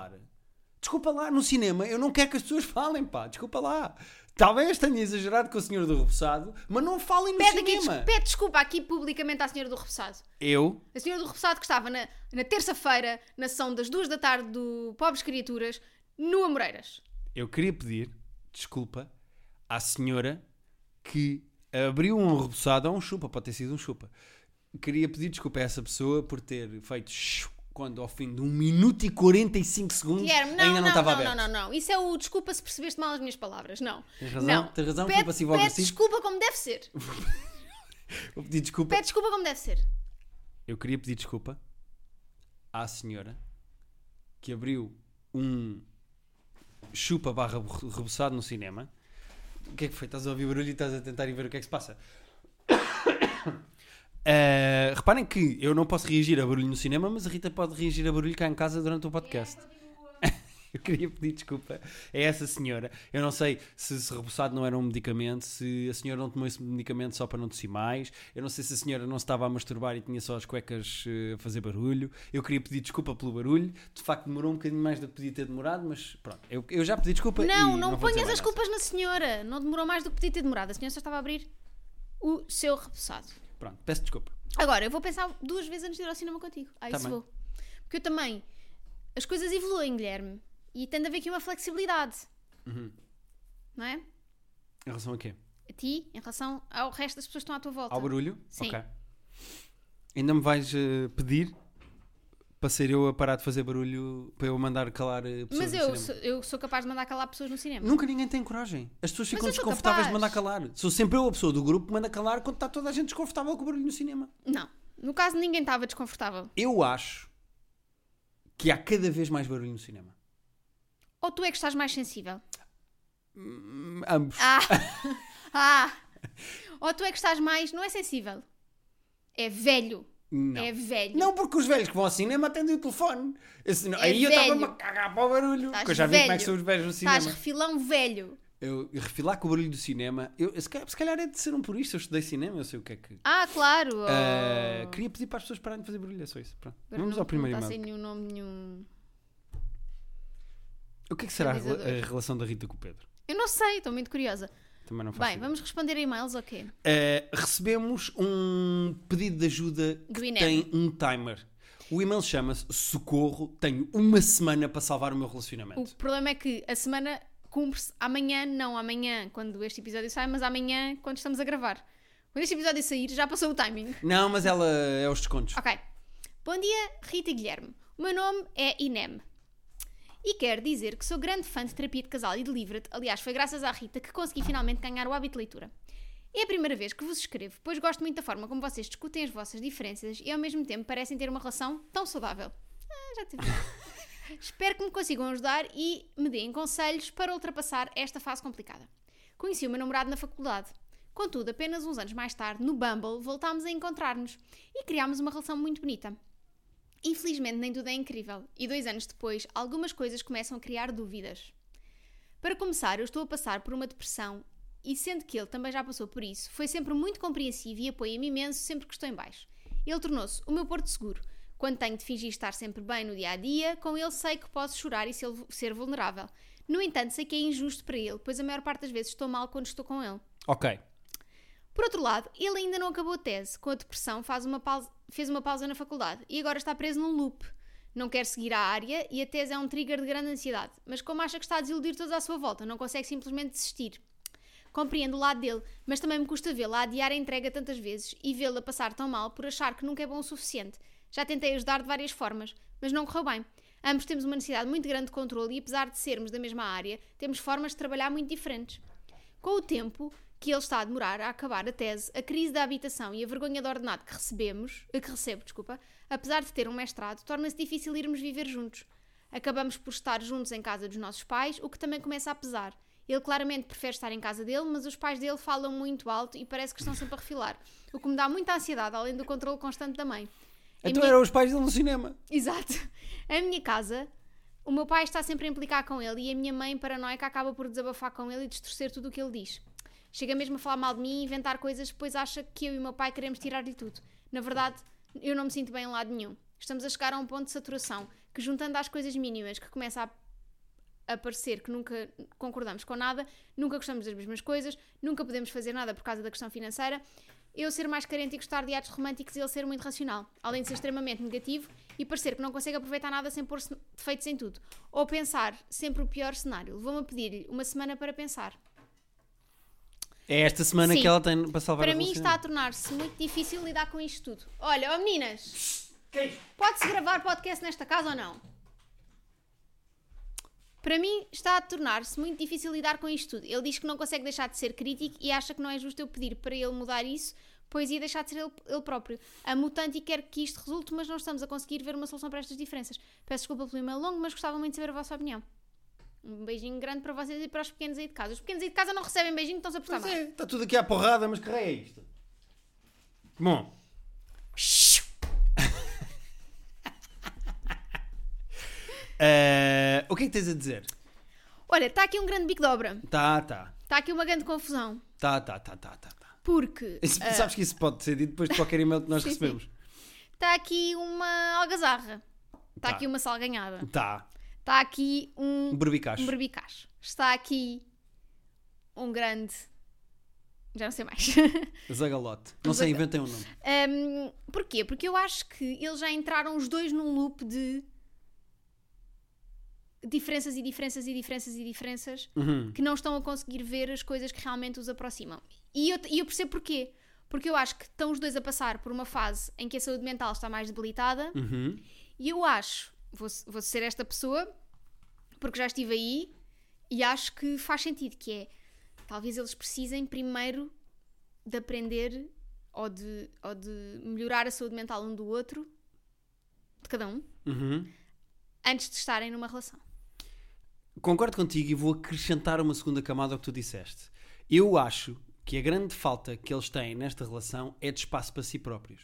Speaker 1: Desculpa lá, no cinema eu não quero que as pessoas [laughs] falem, pá. Desculpa lá. Talvez tenha exagerado com o senhor do Rebuçado, mas não falem no
Speaker 2: Pede, aqui,
Speaker 1: cinema.
Speaker 2: des- pede desculpa aqui publicamente à senhora do Repousado.
Speaker 1: Eu?
Speaker 2: A senhora do Repousado que estava na, na terça-feira, na sessão das duas da tarde do Pobres Criaturas, no Amoreiras.
Speaker 1: Eu queria pedir desculpa à senhora que abriu um reboçado a um chupa, pode ter sido um chupa. Queria pedir desculpa a essa pessoa por ter feito shoo quando ao fim de 1 minuto e 45 segundos
Speaker 2: Guilherme, não,
Speaker 1: Hum, ainda não
Speaker 2: não,
Speaker 1: estava
Speaker 2: não,
Speaker 1: aberto.
Speaker 2: não, não, não. Isso é o desculpa se percebeste mal as minhas palavras. Não.
Speaker 1: Tens razão,
Speaker 2: Não.
Speaker 1: tens razão, fui
Speaker 2: Pede, pede
Speaker 1: passivo-agressivo.
Speaker 2: desculpa como deve ser.
Speaker 1: Vou pedir desculpa.
Speaker 2: Pede desculpa como deve ser.
Speaker 1: Eu queria pedir desculpa à senhora que abriu um chupa barra re- reboçado no cinema. O que é que foi? Estás a ouvir barulho e estás a tentar ir ver o que é que se passa. [coughs] Eh, reparem que eu não posso reagir a barulho no cinema, mas a Rita pode reagir a barulho cá em casa durante o podcast.
Speaker 2: É,
Speaker 1: [laughs] Eu queria pedir desculpa a essa senhora. Eu não sei se, se reboçado não era um medicamento, se a senhora não tomou esse medicamento só para não tossir mais. Eu não sei se a senhora não estava a masturbar e tinha só as cuecas eh, a fazer barulho. Eu queria pedir desculpa pelo barulho. De facto, demorou um bocadinho mais do que podia ter demorado, mas pronto. Eu, eu já pedi desculpa. e
Speaker 2: Não,
Speaker 1: não
Speaker 2: não,
Speaker 1: vou dizer
Speaker 2: ponhas
Speaker 1: mais
Speaker 2: as
Speaker 1: nada.
Speaker 2: culpas na senhora. Não demorou mais do que podia ter demorado. A senhora só estava a abrir o seu repousado.
Speaker 1: Pronto, peço desculpa.
Speaker 2: Agora, eu vou pensar duas vezes antes de ir ao cinema contigo. Ah,
Speaker 1: Tá
Speaker 2: isso
Speaker 1: bem.
Speaker 2: vou. Porque eu também. As coisas evoluem, Guilherme. E tem de haver aqui uma flexibilidade.
Speaker 1: Uhum.
Speaker 2: Não é?
Speaker 1: Em relação a quê?
Speaker 2: A ti, em relação ao resto das pessoas que estão à tua volta.
Speaker 1: Ao barulho?
Speaker 2: Sim.
Speaker 1: Ok. Ainda me vais eh, pedir para ser eu a parar de fazer barulho para eu mandar calar eh, pessoas
Speaker 2: Mas
Speaker 1: no
Speaker 2: eu
Speaker 1: cinema?
Speaker 2: sou, eu sou capaz de mandar calar pessoas no cinema.
Speaker 1: Nunca ninguém tem coragem. As pessoas ficam
Speaker 2: eu sou
Speaker 1: desconfortáveis de mandar
Speaker 2: capaz.
Speaker 1: calar. Sou sempre eu a pessoa do grupo que manda calar quando está toda a gente desconfortável com o barulho no cinema.
Speaker 2: Não. No caso, ninguém estava desconfortável.
Speaker 1: Eu acho que há cada vez mais barulho no cinema.
Speaker 2: Ou tu é que estás
Speaker 1: [laughs]
Speaker 2: mais sensível?
Speaker 1: Hum, Ambos.
Speaker 2: Ah! [laughs] ah! Ou tu é que estás mais. Não é sensível. É velho.
Speaker 1: Não.
Speaker 2: É velho.
Speaker 1: Não porque os velhos que vão ao cinema atendem o telefone. Esse- não-
Speaker 2: É
Speaker 1: aí eu
Speaker 2: velho.
Speaker 1: estava-me a cagar para o barulho.
Speaker 2: Estás
Speaker 1: Porque eu já vi como é
Speaker 2: velho.
Speaker 1: que são os velhos no
Speaker 2: Estás
Speaker 1: cinema.
Speaker 2: refilão velho.
Speaker 1: Eu refilar com o barulho do cinema. Eu, se, calhar, se calhar é de ser um purista. Eu estudei cinema, eu sei o que é que.
Speaker 2: Ah, claro! oh.
Speaker 1: Ah, queria pedir para as pessoas pararem de fazer barulho. É só isso. Pronto.
Speaker 2: Agora
Speaker 1: Vamos
Speaker 2: não-
Speaker 1: ao primeiro
Speaker 2: Não está
Speaker 1: e-mail.
Speaker 2: sem nenhum nome nenhum.
Speaker 1: O que é que será a, rela-
Speaker 2: sinalizador.
Speaker 1: a relação da Rita com o Pedro?
Speaker 2: Eu não sei, estou muito curiosa.
Speaker 1: Também não faço
Speaker 2: Bem,
Speaker 1: ideia.
Speaker 2: vamos responder a e-mails ou quê?
Speaker 1: Uh, recebemos um pedido de ajuda
Speaker 2: Do
Speaker 1: que
Speaker 2: Inem.
Speaker 1: tem um timer. O e-mail chama-se Socorro, tenho uma semana para salvar o meu
Speaker 2: O
Speaker 1: relacionamento.
Speaker 2: problema é que a semana cumpre-se amanhã, não amanhã quando este episódio sai, mas amanhã quando estamos a gravar. Quando este episódio sair, já passou o Ah. timing.
Speaker 1: Não, mas ela é os descontos.
Speaker 2: Ok. Bom dia, Rita e Guilherme. O meu nome é Inem. E quero dizer que sou grande fã de terapia de casal e de Livret. Aliás, foi graças à Rita que consegui finalmente ganhar o hábito de leitura. É a primeira vez que vos escrevo, pois gosto muito da forma como vocês discutem as vossas diferenças e ao mesmo tempo parecem ter uma relação tão saudável. Ah, já te vi. Espero que me consigam ajudar e me deem conselhos para ultrapassar esta fase complicada. Conheci o meu namorado na faculdade. Contudo, apenas uns anos mais tarde, no Bumble, voltámos a encontrar-nos e criámos uma relação muito bonita. Infelizmente, nem tudo é incrível, e dois anos depois, algumas coisas começam a criar dúvidas. Para começar, eu estou a passar por uma depressão e, sendo que ele também já passou por isso, foi sempre muito compreensivo e apoia-me imenso sempre que estou em baixo. Ele tornou-se o meu porto seguro. Quando tenho de fingir estar sempre bem no dia a dia, com ele sei que posso chorar e ser- ser vulnerável. No entanto, sei que é injusto para ele, pois a maior parte das vezes estou mal quando estou com ele. É
Speaker 1: Ok.
Speaker 2: Por outro lado, ele ainda não acabou a tese. Com a depressão, faz uma pausa- fez uma pausa na faculdade e agora está preso num loop. Não quer seguir a área e a tese é um trigger de grande ansiedade. Mas como acha que está a desiludir todos à sua volta, não consegue simplesmente desistir. Compreendo o lado dele, mas também me custa vê-la adiar a entrega tantas vezes e vê-la passar tão mal por achar que nunca é bom o suficiente. Já tentei ajudar de várias formas, mas não correu bem. Ambos temos uma necessidade muito grande de controle e, apesar de sermos da mesma área, temos formas de trabalhar muito diferentes. Com o tempo que ele está a demorar a acabar a tese, a crise da habitação e a vergonha do ordenado que recebemos, eh, que recebo, desculpa, apesar de ter um mestrado, torna-se difícil irmos viver juntos. Acabamos por estar juntos em casa dos nossos pais, o que também começa a pesar. Ele claramente prefere estar em casa dele, mas os pais dele falam muito alto e parece que estão sempre a refilar, o que me dá muita ansiedade, além do controle constante da mãe. Em
Speaker 1: Então
Speaker 2: minha-
Speaker 1: eram os pais dele no cinema.
Speaker 2: [laughs] Exato. A minha casa, o meu pai está sempre a implicar com ele e a minha mãe paranoica acaba por desabafar com ele e distorcer tudo o que ele diz. Chega mesmo a falar mal de mim e inventar coisas, pois acha que eu e o meu pai queremos tirar-lhe tudo. Na verdade, eu não me sinto bem em lado nenhum. Estamos a chegar a um ponto de saturação que, juntando às coisas mínimas que começa a a parecer que nunca concordamos com nada, nunca gostamos das mesmas coisas, nunca podemos fazer nada por causa da questão financeira, eu ser mais carente e gostar de atos românticos e ele ser muito racional, além de ser extremamente negativo e parecer que não consegue aproveitar nada sem pôr se- defeitos em tudo, ou pensar sempre o pior cenário. Levou-me a pedir-lhe uma semana para pensar.
Speaker 1: É esta semana
Speaker 2: Sim.
Speaker 1: que ela tem para salvar
Speaker 2: Para
Speaker 1: o
Speaker 2: mim está a
Speaker 1: relacionamento.
Speaker 2: tornar-se muito difícil lidar com isto tudo. Olha, oh meninas, pode-se gravar podcast nesta casa ou não? Para mim está a tornar-se muito difícil lidar com isto tudo. Ele diz que não consegue deixar de ser crítico e acha que não é justo eu pedir para ele mudar isso, pois ia deixar de ser ele, ele próprio. A mutante e quer que isto resulte, mas não estamos a conseguir ver uma solução para estas diferenças. Peço desculpa pelo e-mail longo, mas gostava muito de saber a vossa opinião. Um beijinho grande para vocês e para os pequenos aí de casa. Os pequenos aí de casa não recebem beijinho, estão-se a portar
Speaker 1: Pois
Speaker 2: mal.
Speaker 1: é, está tudo aqui à porrada, mas que raio é isto? Bom. [laughs] Eh, o que é que tens a dizer?
Speaker 2: Olha, está aqui um grande bico de obra.
Speaker 1: Tá, tá.
Speaker 2: Está aqui uma grande confusão.
Speaker 1: Tá, tá, tá, tá, tá. tá.
Speaker 2: Porque
Speaker 1: Isso- Sabes que isso pode ser dito depois de qualquer e-mail que nós
Speaker 2: Eh. Sim, sim.
Speaker 1: recebemos.
Speaker 2: está Tá aqui uma algazarra.
Speaker 1: Tá.
Speaker 2: Está aqui uma salganhada.
Speaker 1: Tá.
Speaker 2: Está aqui um,
Speaker 1: Um berbicacho.
Speaker 2: um berbicacho. Está aqui um grande. Já não sei mais. [laughs]
Speaker 1: Zagalote. Não sei,
Speaker 2: Zaga-
Speaker 1: inventem um nome.
Speaker 2: Hum, porquê? Porque eu acho que eles já entraram os dois num loop de diferenças e diferenças e diferenças e diferenças
Speaker 1: Uhum.
Speaker 2: que não estão a conseguir ver as coisas que realmente os aproximam. E eu, e eu percebo porquê. Porque eu acho que estão os dois a passar por uma fase em que a saúde mental está mais debilitada
Speaker 1: Uhum.
Speaker 2: e eu acho, vou, vou ser esta pessoa, porque já estive aí e acho que faz sentido, que é talvez eles precisem primeiro de aprender ou de, ou de melhorar a saúde mental um do outro, de cada um,
Speaker 1: Uhum.
Speaker 2: antes de estarem numa relação.
Speaker 1: Concordo contigo e vou acrescentar uma segunda camada ao que tu disseste. Eu acho que a grande falta que eles têm nesta relação é de espaço para si próprios.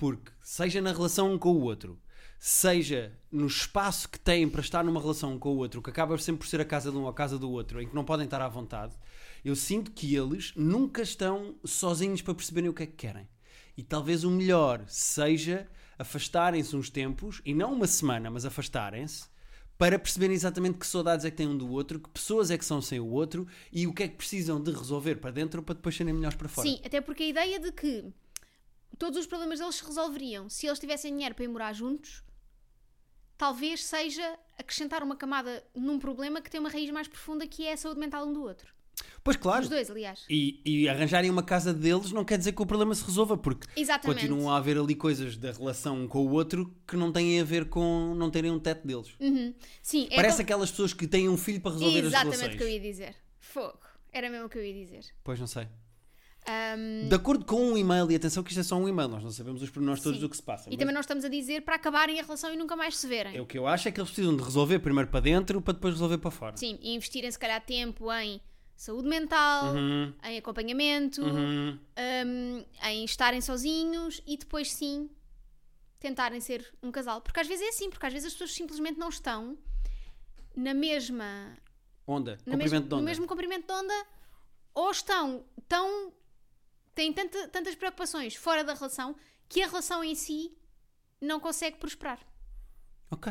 Speaker 1: Porque, seja na relação um com o outro, seja no espaço que têm para estar numa relação um com o outro, que acaba sempre por ser a casa de um ou a casa do outro, em que não podem estar à vontade, eu sinto que eles nunca estão sozinhos para perceberem o que é que querem. E talvez o melhor seja afastarem-se uns tempos, e não uma semana, mas afastarem-se, para perceberem exatamente que saudades é que têm um do outro, que pessoas é que são sem o outro e o que é que precisam de resolver para dentro para depois serem melhores para fora.
Speaker 2: Sim, até porque a ideia de que todos os problemas deles se resolveriam se eles tivessem dinheiro para ir morar juntos, talvez seja acrescentar uma camada num problema que tem uma raiz mais profunda que é a saúde mental um do outro.
Speaker 1: Pois claro.
Speaker 2: Os dois, aliás.
Speaker 1: E, e arranjarem uma casa deles não quer dizer que o problema se resolva, porque
Speaker 2: Exatamente.
Speaker 1: continuam a haver ali coisas da relação um com o outro que não têm a ver com não terem um teto deles.
Speaker 2: Uhum. Sim, é
Speaker 1: Parece
Speaker 2: com-
Speaker 1: aquelas pessoas que têm um filho para resolver as
Speaker 2: Exatamente o
Speaker 1: relações.
Speaker 2: que eu ia dizer. Fogo. Era mesmo o que eu ia dizer.
Speaker 1: Pois não sei.
Speaker 2: Ahm,
Speaker 1: De acordo com um e-mail, e atenção que isto é só um e-mail, nós não sabemos os pormenores todos
Speaker 2: Sim.
Speaker 1: do que se passa.
Speaker 2: e
Speaker 1: mas
Speaker 2: também não estamos a dizer para acabarem a relação e nunca mais se verem.
Speaker 1: é O que eu acho é que eles precisam de resolver primeiro para dentro para depois resolver para fora.
Speaker 2: Sim, e investirem se calhar tempo em saúde mental,
Speaker 1: Uhum,
Speaker 2: em acompanhamento,
Speaker 1: uhum.
Speaker 2: um, em estarem sozinhos e depois sim tentarem ser um casal. Porque às vezes é assim, porque às vezes as pessoas simplesmente não estão na mesma.
Speaker 1: Onda,
Speaker 2: na
Speaker 1: comprimento
Speaker 2: mesmo,
Speaker 1: de onda.
Speaker 2: No mesmo comprimento de onda, ou estão tão. têm tanta- tantas preocupações fora da relação que a relação em si não consegue prosperar.
Speaker 1: Ok.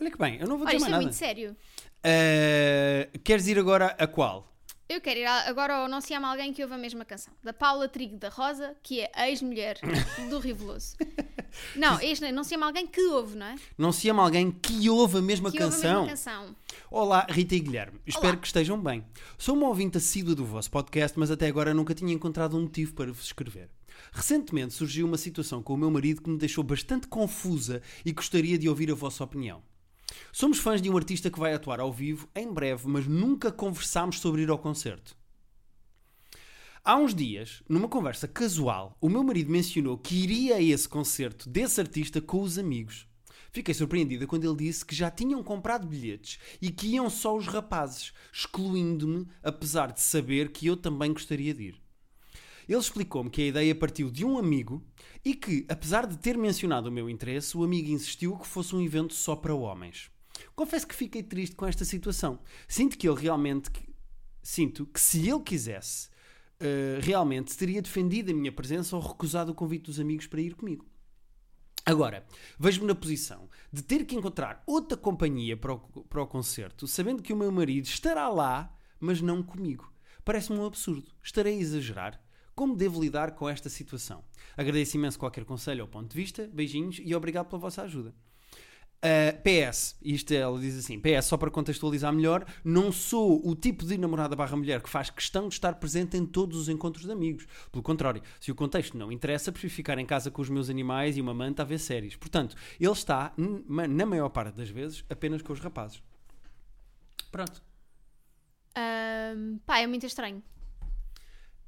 Speaker 1: Olha que bem, eu não vou dizer
Speaker 2: Olha, isto
Speaker 1: mais
Speaker 2: é
Speaker 1: nada.
Speaker 2: muito sério.
Speaker 1: Eh, queres ir agora a qual?
Speaker 2: Eu quero ir a- agora ao Não Se Ama Alguém que ouve a mesma canção, da Paula Trigo da Rosa, que é a ex-mulher
Speaker 1: [laughs]
Speaker 2: do Riveloso. Não, ex não, não se ama alguém que ouve, não é?
Speaker 1: Não se ama alguém que ouve a mesma,
Speaker 2: que ouve a
Speaker 1: canção.
Speaker 2: mesma canção.
Speaker 1: Olá, Rita e Guilherme. Espero
Speaker 2: Olá.
Speaker 1: que estejam bem. Sou uma ouvinte assídua do vosso podcast, mas até agora nunca tinha encontrado um motivo para vos escrever. Recentemente surgiu uma situação com o meu marido que me deixou bastante confusa e gostaria de ouvir a vossa opinião. Somos fãs de um artista que vai atuar ao vivo em breve, mas nunca conversámos sobre ir ao concerto. Há uns dias, numa conversa casual, o meu marido mencionou que iria a esse concerto desse artista com os amigos. Fiquei surpreendida quando ele disse que já tinham comprado bilhetes e que iam só os rapazes, excluindo-me, apesar de saber que eu também gostaria de ir. Ele explicou-me que a ideia partiu de um amigo e que, apesar de ter mencionado o meu interesse, o amigo insistiu que fosse um evento só para homens. Confesso que fiquei triste com esta situação. Sinto que ele realmente. que- Sinto que se ele quisesse, eh, realmente teria defendido a minha presença ou recusado o convite dos amigos para ir comigo. Agora, vejo-me na posição de ter que encontrar outra companhia para o, para o concerto, sabendo que o meu marido estará lá, mas não comigo. Parece-me um absurdo. Estarei a exagerar. Como devo lidar com esta situação? Agradeço imenso qualquer conselho ou ponto de vista. Beijinhos e obrigado pela vossa ajuda. Uh, PS, isto ela diz assim: PS, só para contextualizar melhor, não sou o tipo de namorada barra mulher que faz questão de estar presente em todos os encontros de amigos. Pelo contrário, se o contexto não interessa, prefiro ficar em casa com os meus animais e uma manta a ver séries. Portanto, ele está, n- ma- na maior parte das vezes, apenas com os rapazes. Pronto.
Speaker 2: Ahm, pá, é muito estranho.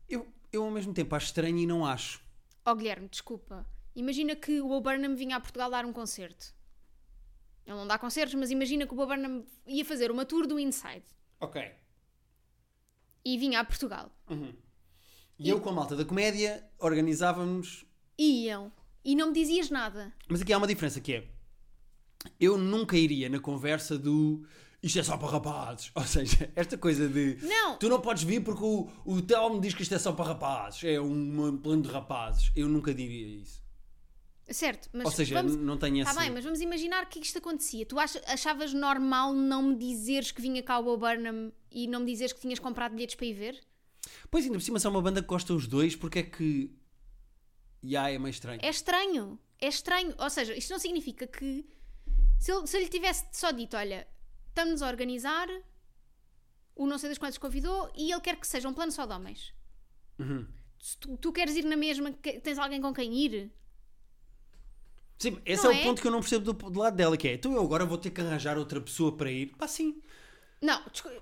Speaker 1: Eu, eu ao mesmo tempo acho estranho e não acho.
Speaker 2: Oh, Guilherme, desculpa. Imagina que o Bo Burnham vinha a Portugal dar um concerto. Ele não dá concertos, mas imagina que o Bo Burnham ia fazer uma tour do Inside
Speaker 1: Ok.
Speaker 2: e vinha a Portugal.
Speaker 1: E eu com a malta da comédia organizávamos
Speaker 2: E iam. E não me dizias nada.
Speaker 1: Mas aqui há uma diferença que é eu nunca iria na conversa do isto é só para rapazes. [laughs] Ou seja, esta coisa de
Speaker 2: Não.
Speaker 1: tu não podes vir porque o, o Telmo diz que isto é só para rapazes, é um plano de rapazes. Eu nunca diria isso.
Speaker 2: Certo, mas
Speaker 1: Ou seja,
Speaker 2: vamos...
Speaker 1: n- não tenho essa.
Speaker 2: Está bem, mas vamos imaginar que isto acontecia. Tu acha- achavas normal não me dizeres que vinha cá o Bo Burnham e não me dizeres que tinhas comprado bilhetes para ir ver?
Speaker 1: Pois ainda por cima são uma banda que gosta os dois, porque é que. Ya, é meio estranho.
Speaker 2: É estranho. É estranho. Ou seja, isto não significa que. Se ele, se eu lhe tivesse só dito, olha, estamos a organizar, o não sei das quantas convidou e ele quer que seja um plano só de homens.
Speaker 1: Uhum.
Speaker 2: Se tu, tu queres ir na mesma, que- tens alguém com quem ir?
Speaker 1: Sim, esse é,
Speaker 2: Não
Speaker 1: o
Speaker 2: é?
Speaker 1: ponto que eu não percebo do, do lado dela, que é então eu agora vou ter que arranjar outra pessoa para ir. Pá, sim.
Speaker 2: Não, desculpa,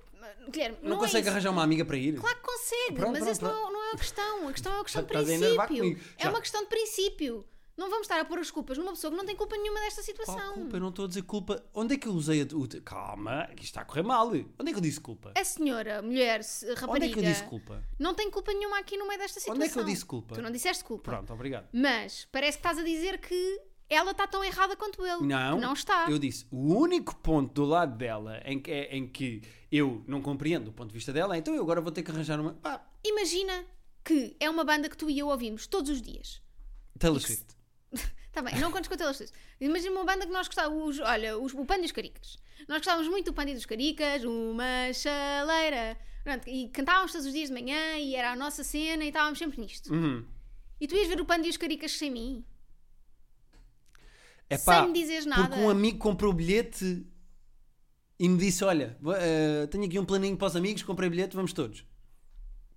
Speaker 2: Guilherme,
Speaker 1: Não,
Speaker 2: não, é
Speaker 1: consegue
Speaker 2: isso.
Speaker 1: arranjar uma amiga para ir.
Speaker 2: Claro que consegue,
Speaker 1: Pronto,
Speaker 2: mas
Speaker 1: pronto,
Speaker 2: isso Não, não é a questão. A questão é uma questão de
Speaker 1: Estás a enervar
Speaker 2: princípio.
Speaker 1: comigo.
Speaker 2: É
Speaker 1: Já.
Speaker 2: uma questão de princípio. Não vamos estar a pôr as culpas numa pessoa que não tem culpa nenhuma desta
Speaker 1: Qual
Speaker 2: situação.
Speaker 1: culpa? Eu não estou a dizer culpa. Onde é que eu usei a. o te- Calma, isto está a correr mal. Onde é que eu disse culpa?
Speaker 2: A senhora, mulher, se- rapariga.
Speaker 1: Onde é que eu disse culpa?
Speaker 2: Não tem culpa nenhuma aqui no meio desta situação.
Speaker 1: Onde é que eu disse culpa?
Speaker 2: Tu não disseste culpa.
Speaker 1: Pronto, obrigado.
Speaker 2: Mas parece que estás a dizer que ela está tão errada quanto ele.
Speaker 1: Não,
Speaker 2: Que não está.
Speaker 1: Eu disse, o único ponto do lado dela em que, é- em que eu não compreendo o ponto de vista dela, é, então eu agora vou ter que arranjar uma. Pá,
Speaker 2: Imagina que é uma banda que tu e eu ouvimos todos os dias.
Speaker 1: Taylor Swift.
Speaker 2: Está bem, não contes com aquelas coisas. Imagina uma banda que nós gostávamos, olha, os- o Panda e os Caricas. Nós gostávamos muito do Panda e dos Caricas, uma chaleira. Pronto, e cantávamos todos os dias de manhã e era a nossa cena e estávamos sempre nisto.
Speaker 1: Uhum.
Speaker 2: E tu ias ver o Panda e os Caricas sem mim?
Speaker 1: É
Speaker 2: Sem
Speaker 1: pá,
Speaker 2: me dizeres nada.
Speaker 1: Porque um amigo comprou o bilhete e me disse: Olha, vou- eh, tenho aqui um planinho para os amigos, comprei bilhete, vamos todos.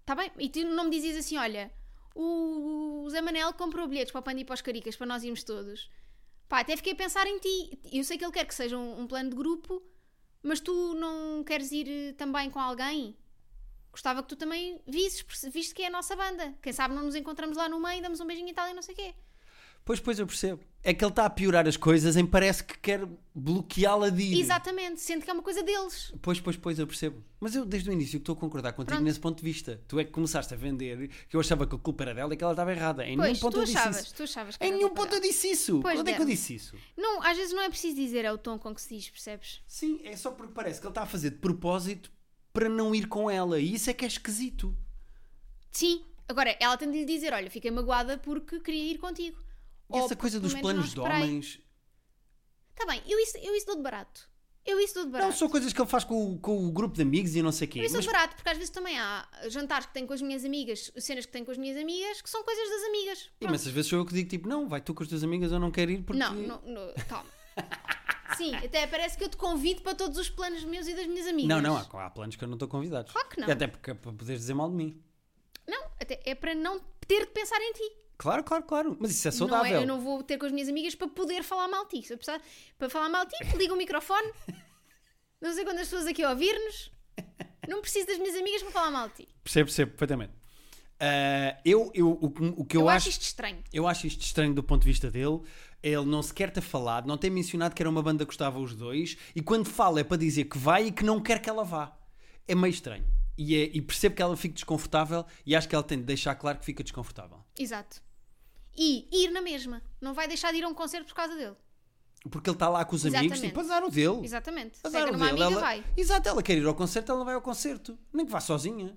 Speaker 2: Está Tá bem? E tu não me dizias assim, olha, o, o Zé Manel comprou bilhetes para o Panda e para os Caricas, para nós irmos todos. Pá, até fiquei a pensar em ti. Eu sei que ele quer que seja um, um plano de grupo, mas tu não queres ir eh, também com alguém? Gostava que tu também visses, perce- visto que é a nossa banda. Quem sabe não nos encontramos lá no meio, damos um beijinho e tal e não sei o quê.
Speaker 1: Pois, pois, eu percebo. É que ele está a piorar as coisas em parece que quer bloqueá-la de ir.
Speaker 2: Exatamente, sendo que é uma coisa deles.
Speaker 1: Pois, pois, pois, eu percebo. Mas eu desde o início que estou a concordar contigo
Speaker 2: Pronto.
Speaker 1: nesse ponto de vista. Tu é que começaste a vender que eu achava que a culpa era dela e que ela estava errada. Em
Speaker 2: Pois,
Speaker 1: nenhum ponto
Speaker 2: tu
Speaker 1: eu disse
Speaker 2: achavas,
Speaker 1: isso.
Speaker 2: tu achavas que
Speaker 1: Em
Speaker 2: era
Speaker 1: nenhum
Speaker 2: culpa
Speaker 1: ponto eu disse isso.
Speaker 2: Pois,
Speaker 1: Quando é que eu
Speaker 2: Guilherme.
Speaker 1: disse isso?
Speaker 2: dela. Não, às vezes não é preciso dizer, é o tom com que se diz, percebes?
Speaker 1: Sim, é só porque parece que ele está a fazer de propósito para não ir com ela. E isso é que é esquisito.
Speaker 2: Sim. Agora, ela tem de lhe dizer, olha, fiquei magoada porque queria ir contigo.
Speaker 1: E essa coisa dos planos de homens.
Speaker 2: Está Tá bem, eu isso, eu isso dou de barato. Eu isso dou de barato.
Speaker 1: Não, são coisas que ele faz com o, com o grupo de amigos e não sei o quê.
Speaker 2: eu isso dou
Speaker 1: Mas
Speaker 2: de barato, porque às vezes também há jantares que tenho com as minhas amigas, cenas que tenho com as minhas amigas, que são coisas das amigas. Pronto.
Speaker 1: imensas vezes sou eu que digo tipo, não, vai tu com as tuas amigas, eu não quero ir porque.
Speaker 2: Não, não, não, calma. [laughs] Sim, até parece que eu te convido para todos os planos meus e das minhas amigas.
Speaker 1: Não, não, há, há planos que eu não estou convidado.
Speaker 2: Claro que não.
Speaker 1: Até porque é para poderes dizer mal de mim.
Speaker 2: Não, até é para não ter de pensar em ti.
Speaker 1: Claro, claro, claro. Mas isso é
Speaker 2: Não
Speaker 1: saudável.
Speaker 2: é, eu não vou ter com as minhas amigas para poder falar mal de ti. Se eu precisar- para falar mal de ti, liga
Speaker 1: [laughs]
Speaker 2: o microfone. Não sei quantas pessoas aqui a ouvir-nos. Não preciso das minhas amigas para falar mal de ti.
Speaker 1: Percebo, percebo perfeitamente. Ah, eu, eu, o, que- o que eu,
Speaker 2: Eu,
Speaker 1: acho,
Speaker 2: acho isto estranho.
Speaker 1: eu acho isto estranho do ponto de vista dele. Ele não sequer ter falado, não tem mencionado que era uma banda que gostava os dois, e quando fala é para dizer que vai e que não quer que ela vá. É meio estranho. E, é- e percebo que ela fica desconfortável e acho que ela tem de deixar claro que fica desconfortável.
Speaker 2: Exato. E ir na mesma. Não vai deixar de ir a um concerto por causa dele.
Speaker 1: Porque ele está lá com os amigos,
Speaker 2: Exatamente.
Speaker 1: tipo, azar o dele.
Speaker 2: Exatamente.
Speaker 1: Azar
Speaker 2: Pega
Speaker 1: o
Speaker 2: numa
Speaker 1: dele.
Speaker 2: amiga
Speaker 1: Ela...
Speaker 2: e vai.
Speaker 1: Exato, ela quer ir ao concerto, ela vai ao concerto. Nem que vá sozinha.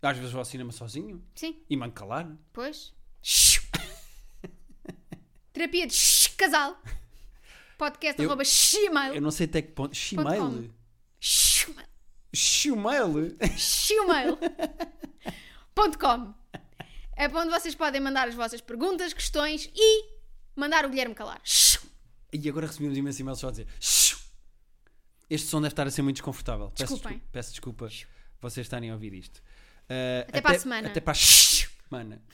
Speaker 1: Às vezes vai ao cinema sozinho
Speaker 2: Sim,
Speaker 1: e mando calar.
Speaker 2: pois. Terapia de [laughs]
Speaker 1: [laughs]
Speaker 2: casal. Podcast
Speaker 1: Eu-
Speaker 2: arroba
Speaker 1: [laughs]
Speaker 2: shmail.
Speaker 1: Eu não sei até que ponto. Shmail?
Speaker 2: Shmail.
Speaker 1: Shmail? [laughs]
Speaker 2: shmail.com É para onde vocês podem mandar as vossas perguntas, questões e mandar o Guilherme calar. Shum.
Speaker 1: E agora recebemos imenso e-mail só a dizer. "Shhh". Este som deve estar a ser muito desconfortável. Peço
Speaker 2: Desculpem.
Speaker 1: desculpa, peço desculpa vocês estarem a ouvir isto. Uh,
Speaker 2: Até para a semana.
Speaker 1: Até para a semana.